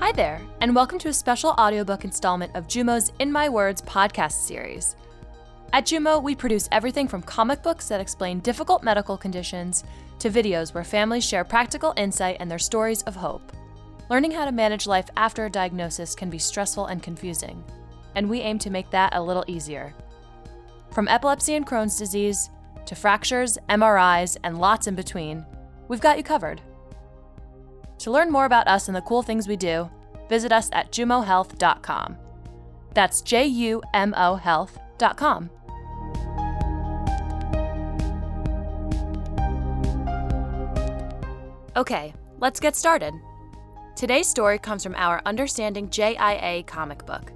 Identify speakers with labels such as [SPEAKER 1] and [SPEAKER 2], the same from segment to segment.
[SPEAKER 1] Hi there, and welcome to a special audiobook installment of Jumo's In My Words podcast series. At Jumo, we produce everything from comic books that explain difficult medical conditions to videos where families share practical insight and their stories of hope. Learning how to manage life after a diagnosis can be stressful and confusing, and we aim to make that a little easier. From epilepsy and Crohn's disease to fractures, MRIs, and lots in between, we've got you covered. To learn more about us and the cool things we do, visit us at jumohealth.com. That's J U M O health.com. Okay, let's get started. Today's story comes from our Understanding JIA comic book.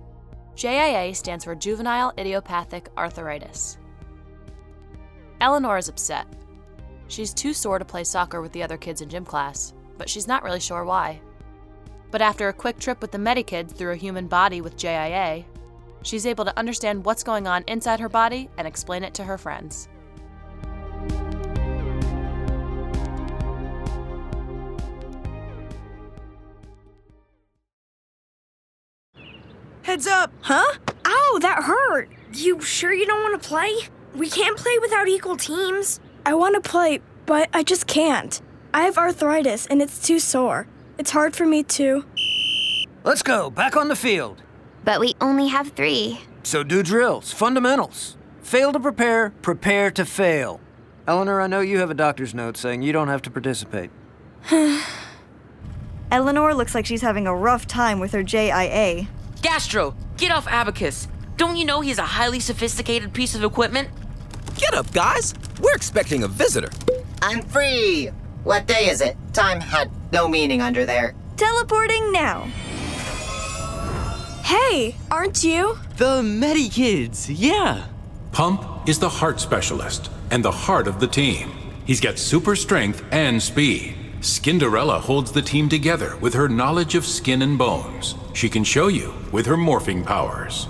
[SPEAKER 1] JIA stands for Juvenile Idiopathic Arthritis. Eleanor is upset. She's too sore to play soccer with the other kids in gym class, but she's not really sure why. But after a quick trip with the Medikids through a human body with JIA, she's able to understand what's going on inside her body and explain it to her friends.
[SPEAKER 2] Heads up!
[SPEAKER 3] Huh? Ow, that hurt.
[SPEAKER 4] Oh, You sure you don't want to play? We can't play without equal teams.
[SPEAKER 3] I want to play, but I just can't. I have arthritis and it's too sore. It's hard for me to.
[SPEAKER 2] Let's go, back on the field.
[SPEAKER 5] But we only have three.
[SPEAKER 2] So do drills, fundamentals. Fail to prepare, prepare to fail. Eleanor, I know you have a doctor's note saying you don't have to participate.
[SPEAKER 3] Eleanor looks like she's having a rough time with her JIA.
[SPEAKER 6] Gastro, get off Abacus. Don't you know he's a highly sophisticated piece of equipment?
[SPEAKER 7] Get up, guys! We're expecting a visitor.
[SPEAKER 8] I'm free! What day is it? Time had no meaning under there.
[SPEAKER 3] Teleporting now. Hey, aren't you?
[SPEAKER 9] The Medikids, yeah.
[SPEAKER 10] Pump is the heart specialist and the heart of the team. He's got super strength and speed. Skinderella holds the team together with her knowledge of skin and bones. She can show you with her morphing powers.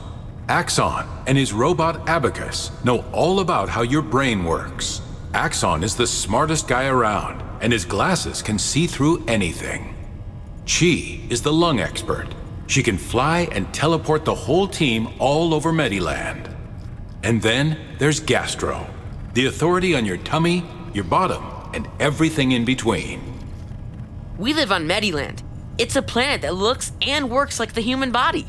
[SPEAKER 10] Axon and his robot Abacus know all about how your brain works. Axon is the smartest guy around, and his glasses can see through anything. Chi is the lung expert. She can fly and teleport the whole team all over Mediland. And then there's Gastro, the authority on your tummy, your bottom, and everything in between.
[SPEAKER 6] We live on Mediland. It's a planet that looks and works like the human body.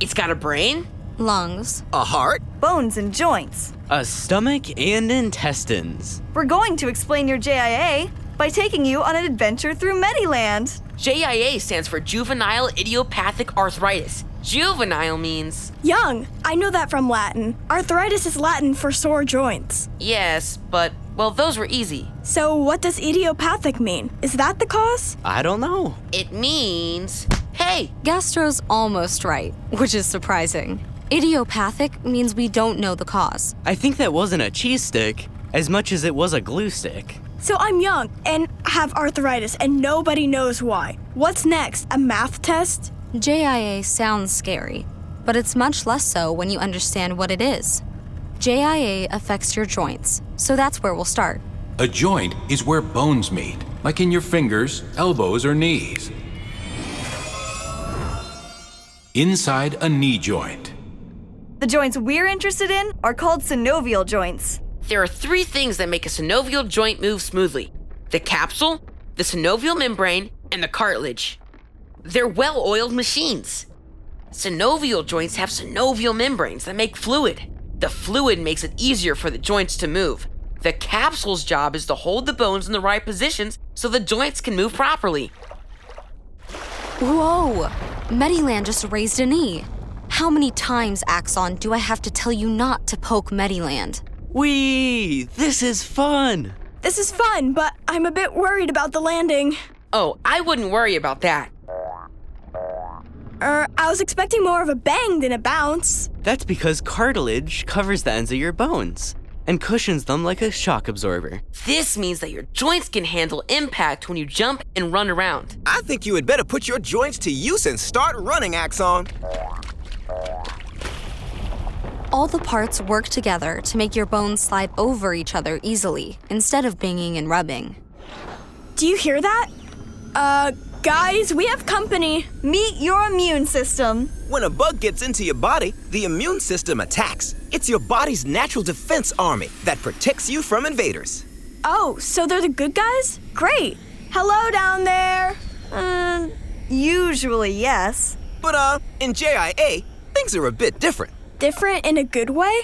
[SPEAKER 6] It's got a brain,
[SPEAKER 5] Lungs.
[SPEAKER 7] A heart?
[SPEAKER 3] Bones and joints.
[SPEAKER 11] A stomach and intestines.
[SPEAKER 3] We're going to explain your JIA by taking you on an adventure through Mediland.
[SPEAKER 6] JIA stands for Juvenile Idiopathic Arthritis. Juvenile means.
[SPEAKER 3] Young. I know that from Latin. Arthritis is Latin for sore joints.
[SPEAKER 6] Yes, but, well, those were easy.
[SPEAKER 3] So, what does idiopathic mean? Is that the cause?
[SPEAKER 11] I don't know.
[SPEAKER 6] It means. Hey,
[SPEAKER 5] Gastro's almost right, which is surprising. Idiopathic means we don't know the cause.
[SPEAKER 11] I think that wasn't a cheese stick as much as it was a glue stick.
[SPEAKER 3] So, I'm young and have arthritis, and nobody knows why. What's next? A math test?
[SPEAKER 5] JIA sounds scary, but it's much less so when you understand what it is. JIA affects your joints, so that's where we'll start.
[SPEAKER 10] A joint is where bones meet, like in your fingers, elbows, or knees. Inside a knee joint.
[SPEAKER 3] The joints we're interested in are called synovial joints.
[SPEAKER 6] there are three things that make a synovial joint move smoothly the capsule, the synovial membrane, and the cartilage. They're well oiled machines. Synovial joints have synovial membranes that make fluid. The fluid makes it easier for the joints to move. The capsule's job is to hold the bones in the right positions so the joints can move properly.
[SPEAKER 5] Whoa! Mediland just raised a knee. How many times, Axon, do I have to tell you not to poke Mediland?
[SPEAKER 11] Whee! This is fun!
[SPEAKER 3] This is fun, but I'm a bit worried about the landing.
[SPEAKER 6] Oh, I wouldn't worry about that.
[SPEAKER 3] Er, I was expecting more of a bang than a bounce.
[SPEAKER 11] That's because cartilage covers the ends of your bones and cushions them like a shock absorber.
[SPEAKER 6] This means that your joints can handle impact when you jump and run around.
[SPEAKER 7] I think you had better put your joints to use and start running, Axon.
[SPEAKER 5] All the parts work together to make your bones slide over each other easily instead of banging and rubbing.
[SPEAKER 3] Do you hear that? Uh, Guys, we have company.
[SPEAKER 12] Meet your immune system.
[SPEAKER 7] When a bug gets into your body, the immune system attacks. It's your body's natural defense army that protects you from invaders.
[SPEAKER 3] Oh, so they're the good guys?
[SPEAKER 12] Great. Hello down there. Uh, usually, yes.
[SPEAKER 7] But, uh, in JIA, things are a bit different.
[SPEAKER 3] Different in a good way?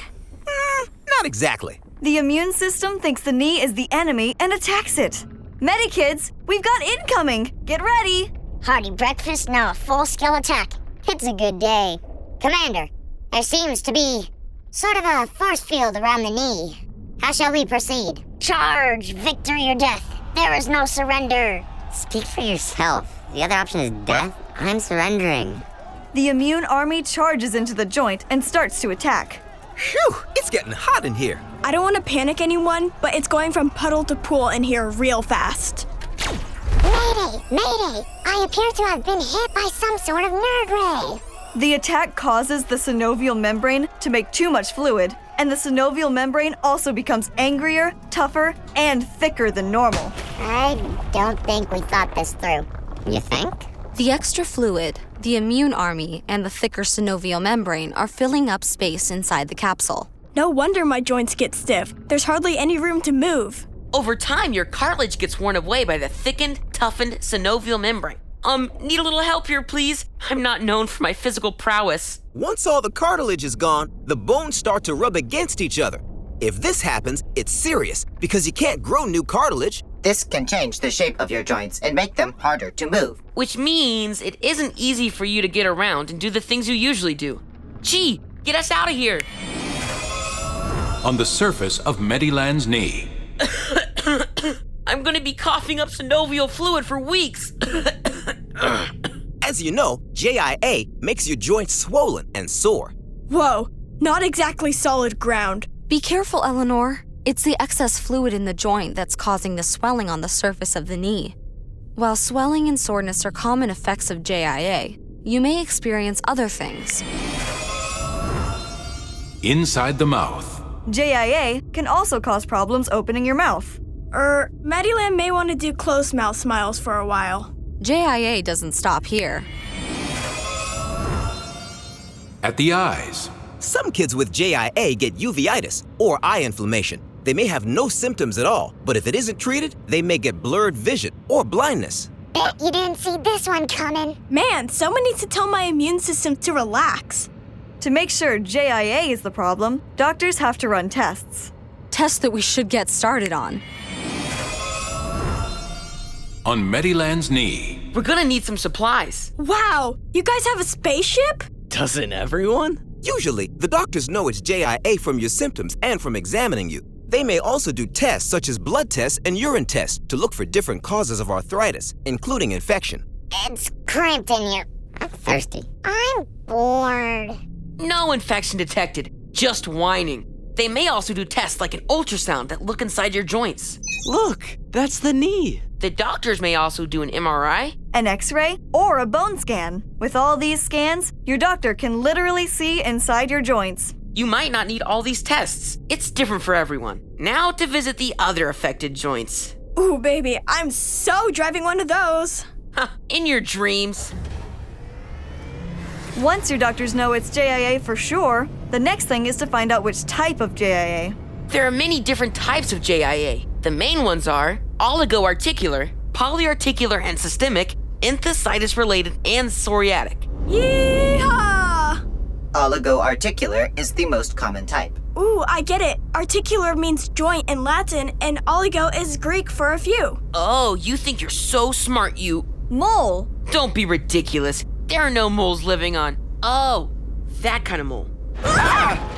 [SPEAKER 7] Mm, not exactly.
[SPEAKER 12] The immune system thinks the knee is the enemy and attacks it. Medikids, we've got incoming. Get ready.
[SPEAKER 13] Hearty breakfast, now a full scale attack. It's a good day. Commander, there seems to be sort of a force field around the knee. How shall we proceed? Charge, victory, or death. There is no surrender.
[SPEAKER 14] Speak for yourself. The other option is death. I'm surrendering.
[SPEAKER 12] The immune army charges into the joint and starts to attack.
[SPEAKER 7] Phew, it's getting hot in here.
[SPEAKER 3] I don't want to panic anyone, but it's going from puddle to pool in here real fast.
[SPEAKER 13] Mayday! Mayday! I appear to have been hit by some sort of nerd ray.
[SPEAKER 12] The attack causes the synovial membrane to make too much fluid, and the synovial membrane also becomes angrier, tougher, and thicker than normal.
[SPEAKER 13] I don't think we thought this through.
[SPEAKER 14] You think?
[SPEAKER 5] The extra fluid, the immune army, and the thicker synovial membrane are filling up space inside the capsule.
[SPEAKER 3] No wonder my joints get stiff. There's hardly any room to move.
[SPEAKER 6] Over time, your cartilage gets worn away by the thickened, toughened synovial membrane. Um, need a little help here, please? I'm not known for my physical prowess.
[SPEAKER 7] Once all the cartilage is gone, the bones start to rub against each other. If this happens, it's serious because you can't grow new cartilage.
[SPEAKER 8] This can change the shape of your joints and make them harder to move.
[SPEAKER 6] Which means it isn't easy for you to get around and do the things you usually do. Gee, get us out of here!
[SPEAKER 10] on the surface of Mediland's knee.
[SPEAKER 6] I'm gonna be coughing up synovial fluid for weeks.
[SPEAKER 7] As you know, JIA makes your joints swollen and sore.
[SPEAKER 3] Whoa, not exactly solid ground.
[SPEAKER 5] Be careful, Eleanor. It's the excess fluid in the joint that's causing the swelling on the surface of the knee. While swelling and soreness are common effects of JIA, you may experience other things.
[SPEAKER 10] Inside the mouth.
[SPEAKER 12] JIA can also cause problems opening your mouth.
[SPEAKER 3] Er, Mediland may want to do closed mouth smiles for a while.
[SPEAKER 5] JIA doesn't stop here.
[SPEAKER 10] At the eyes.
[SPEAKER 7] Some kids with JIA get uveitis or eye inflammation. They may have no symptoms at all, but if it isn't treated, they may get blurred vision or blindness.
[SPEAKER 13] Bet you didn't see this one coming.
[SPEAKER 3] Man, someone needs to tell my immune system to relax.
[SPEAKER 12] To make sure JIA is the problem, doctors have to run tests.
[SPEAKER 5] Tests that we should get started on.
[SPEAKER 10] On Mediland's knee.
[SPEAKER 6] We're gonna need some supplies.
[SPEAKER 3] Wow, you guys have a spaceship?
[SPEAKER 11] Doesn't everyone?
[SPEAKER 7] Usually, the doctors know it's JIA from your symptoms and from examining you. They may also do tests such as blood tests and urine tests to look for different causes of arthritis, including infection.
[SPEAKER 13] It's cramped in here.
[SPEAKER 14] I'm thirsty.
[SPEAKER 13] I'm bored.
[SPEAKER 6] No infection detected, just whining. They may also do tests like an ultrasound that look inside your joints.
[SPEAKER 11] Look, that's the knee.
[SPEAKER 6] The doctors may also do an MRI,
[SPEAKER 12] an x ray, or a bone scan. With all these scans, your doctor can literally see inside your joints.
[SPEAKER 6] You might not need all these tests. It's different for everyone. Now to visit the other affected joints.
[SPEAKER 3] Ooh, baby, I'm so driving one of those.
[SPEAKER 6] In your dreams.
[SPEAKER 12] Once your doctors know it's JIA for sure, the next thing is to find out which type of JIA.
[SPEAKER 6] There are many different types of JIA. The main ones are oligoarticular, polyarticular and systemic, enthesitis related, and psoriatic.
[SPEAKER 3] Yeehaw!
[SPEAKER 8] Oligoarticular is the most common type.
[SPEAKER 3] Ooh, I get it. Articular means joint in Latin, and oligo is Greek for a few.
[SPEAKER 6] Oh, you think you're so smart, you.
[SPEAKER 12] Mole!
[SPEAKER 6] Don't be ridiculous. There are no moles living on. Oh, that kind of mole.
[SPEAKER 3] Ah!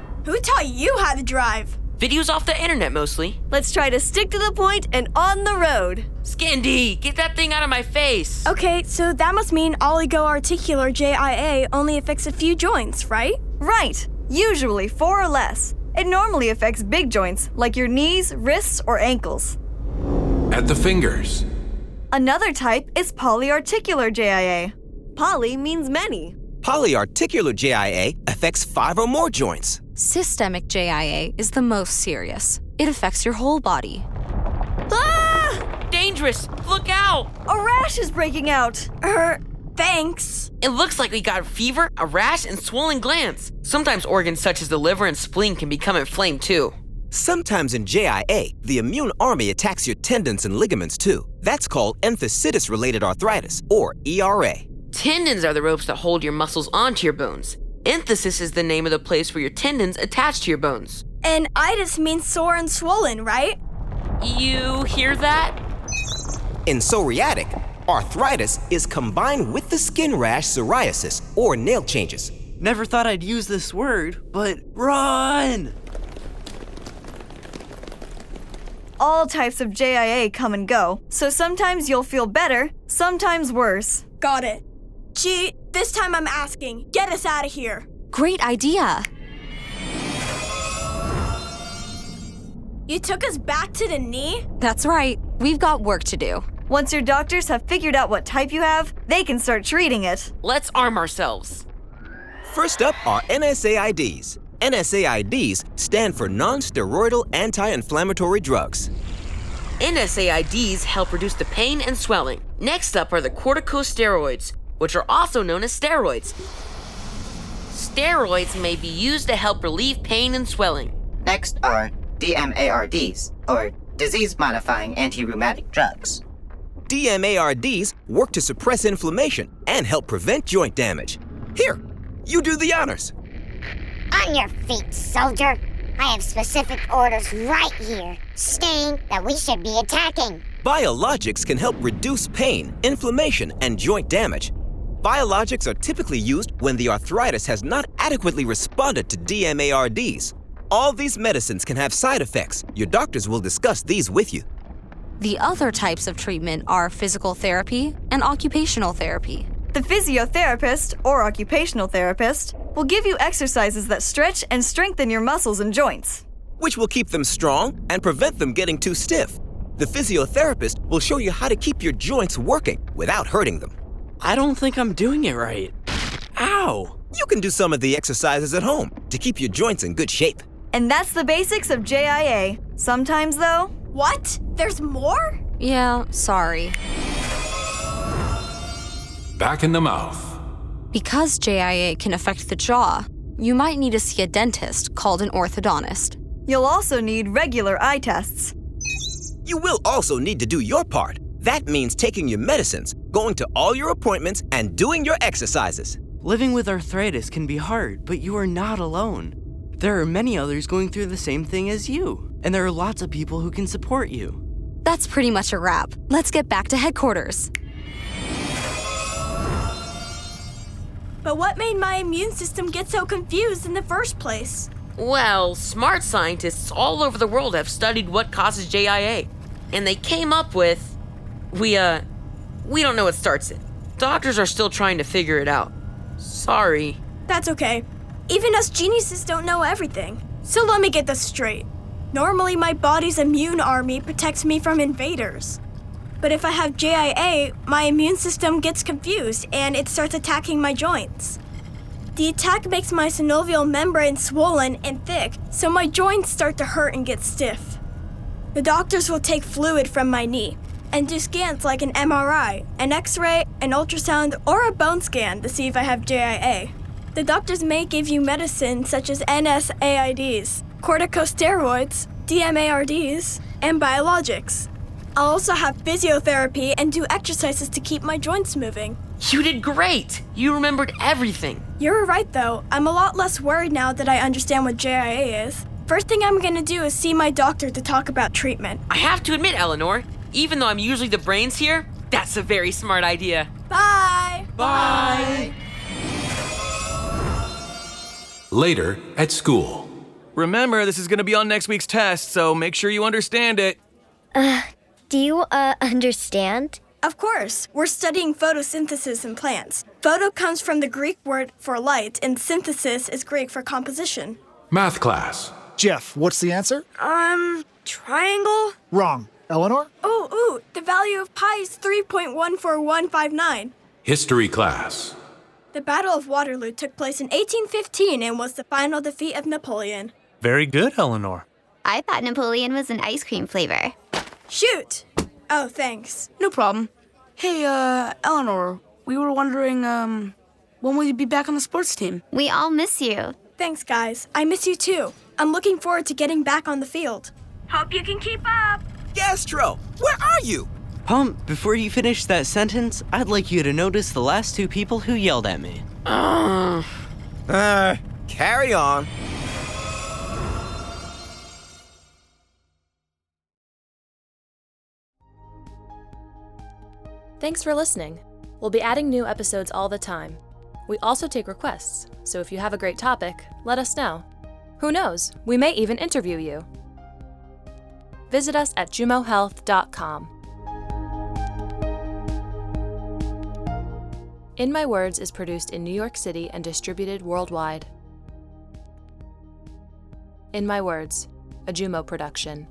[SPEAKER 3] Who taught you how to drive?
[SPEAKER 6] Videos off the internet mostly.
[SPEAKER 12] Let's try to stick to the point and on the road.
[SPEAKER 6] Scandy, get that thing out of my face.
[SPEAKER 3] Okay, so that must mean oligoarticular JIA only affects a few joints, right?
[SPEAKER 12] Right, usually four or less. It normally affects big joints like your knees, wrists, or ankles.
[SPEAKER 10] At the fingers.
[SPEAKER 12] Another type is polyarticular JIA poly means many.
[SPEAKER 7] Polyarticular JIA affects five or more joints.
[SPEAKER 5] Systemic JIA is the most serious. It affects your whole body.
[SPEAKER 12] Ah!
[SPEAKER 6] dangerous! Look out!
[SPEAKER 12] A rash is breaking out! Er, thanks.
[SPEAKER 6] It looks like we got fever, a rash, and swollen glands. Sometimes organs such as the liver and spleen can become inflamed too.
[SPEAKER 7] Sometimes in JIA, the immune army attacks your tendons and ligaments too. That's called enthesitis related arthritis, or E ERA.
[SPEAKER 6] Tendons are the ropes that hold your muscles onto your bones. Enthesis is the name of the place where your tendons attach to your bones.
[SPEAKER 3] And itis means sore and swollen, right?
[SPEAKER 6] You hear that?
[SPEAKER 7] In psoriatic, arthritis is combined with the skin rash psoriasis or nail changes.
[SPEAKER 11] Never thought I'd use this word, but run!
[SPEAKER 12] All types of JIA come and go, so sometimes you'll feel better, sometimes worse.
[SPEAKER 3] Got it. Gee, this time I'm asking. Get us out of here.
[SPEAKER 5] Great idea!
[SPEAKER 3] You took us back to the knee?
[SPEAKER 5] That's right, we've got work to do.
[SPEAKER 12] Once your doctors have figured out what type you have, they can start treating it.
[SPEAKER 6] Let's arm ourselves.
[SPEAKER 7] First up are NSAIDs. NSAIDs stand for non steroidal anti inflammatory drugs.
[SPEAKER 6] NSAIDs help reduce the pain and swelling. Next up are the corticosteroids, which are also known as steroids. Steroids may be used to help relieve pain and swelling.
[SPEAKER 8] Next are DMARDs, or disease modifying anti rheumatic drugs.
[SPEAKER 7] DMARDs work to suppress inflammation and help prevent joint damage. Here, you do the honors.
[SPEAKER 13] On your feet, soldier. I have specific orders right here stating that we should be attacking.
[SPEAKER 7] Biologics can help reduce pain, inflammation, and joint damage. Biologics are typically used when the arthritis has not adequately responded to DMARDs. All these medicines can have side effects. Your doctors will discuss these with you.
[SPEAKER 5] The other types of treatment are physical therapy and occupational therapy.
[SPEAKER 12] The physiotherapist or occupational therapist will give you exercises that stretch and strengthen your muscles and joints,
[SPEAKER 7] which will keep them strong and prevent them getting too stiff. The physiotherapist will show you how to keep your joints working without hurting them.
[SPEAKER 11] I don't think I'm doing it right. Ow!
[SPEAKER 7] You can do some of the exercises at home to keep your joints in good shape.
[SPEAKER 12] And that's the basics of JIA. Sometimes, though,
[SPEAKER 3] what? There's more?
[SPEAKER 5] Yeah, sorry.
[SPEAKER 10] Back in the mouth.
[SPEAKER 5] Because JIA can affect the jaw, you might need to see a dentist called an orthodontist.
[SPEAKER 12] You'll also need regular eye tests.
[SPEAKER 7] You will also need to do your part. That means taking your medicines, going to all your appointments, and doing your exercises.
[SPEAKER 11] Living with arthritis can be hard, but you are not alone. There are many others going through the same thing as you, and there are lots of people who can support you.
[SPEAKER 5] That's pretty much a wrap. Let's get back to headquarters.
[SPEAKER 3] But what made my immune system get so confused in the first place?
[SPEAKER 6] Well, smart scientists all over the world have studied what causes JIA, and they came up with. We, uh. We don't know what starts it. Doctors are still trying to figure it out. Sorry.
[SPEAKER 3] That's okay. Even us geniuses don't know everything. So let me get this straight. Normally, my body's immune army protects me from invaders. But if I have JIA, my immune system gets confused and it starts attacking my joints. The attack makes my synovial membrane swollen and thick, so my joints start to hurt and get stiff. The doctors will take fluid from my knee and do scans like an MRI, an X ray, an ultrasound, or a bone scan to see if I have JIA. The doctors may give you medicine such as NSAIDs, corticosteroids, DMARDs, and biologics. I'll also have physiotherapy and do exercises to keep my joints moving.
[SPEAKER 6] You did great! You remembered everything.
[SPEAKER 3] You're right, though. I'm a lot less worried now that I understand what JIA is. First thing I'm gonna do is see my doctor to talk about treatment.
[SPEAKER 6] I have to admit, Eleanor, even though I'm usually the brains here, that's a very smart idea.
[SPEAKER 3] Bye!
[SPEAKER 6] Bye. Bye.
[SPEAKER 10] Later, at school.
[SPEAKER 15] Remember, this is going to be on next week's test, so make sure you understand it.
[SPEAKER 16] Uh, do you, uh, understand?
[SPEAKER 3] Of course. We're studying photosynthesis in plants. Photo comes from the Greek word for light, and synthesis is Greek for composition.
[SPEAKER 10] Math class.
[SPEAKER 17] Jeff, what's the answer?
[SPEAKER 4] Um, triangle?
[SPEAKER 17] Wrong. Eleanor?
[SPEAKER 3] Oh, ooh, the value of pi is 3.14159.
[SPEAKER 10] History class.
[SPEAKER 3] The Battle of Waterloo took place in 1815 and was the final defeat of Napoleon.
[SPEAKER 15] Very good, Eleanor.
[SPEAKER 16] I thought Napoleon was an ice cream flavor.
[SPEAKER 3] Shoot! Oh, thanks.
[SPEAKER 4] No problem. Hey, uh, Eleanor, we were wondering, um, when will you be back on the sports team?
[SPEAKER 3] We all miss you. Thanks, guys. I miss you too. I'm looking forward to getting back on the field.
[SPEAKER 4] Hope you can keep up.
[SPEAKER 11] Gastro, where are you? Pump, before you finish that sentence, I'd like you to notice the last two people who yelled at me.
[SPEAKER 7] Uh, carry on.
[SPEAKER 1] Thanks for listening. We'll be adding new episodes all the time. We also take requests, so if you have a great topic, let us know. Who knows, we may even interview you. Visit us at jumohealth.com. In My Words is produced in New York City and distributed worldwide. In My Words, a Jumo production.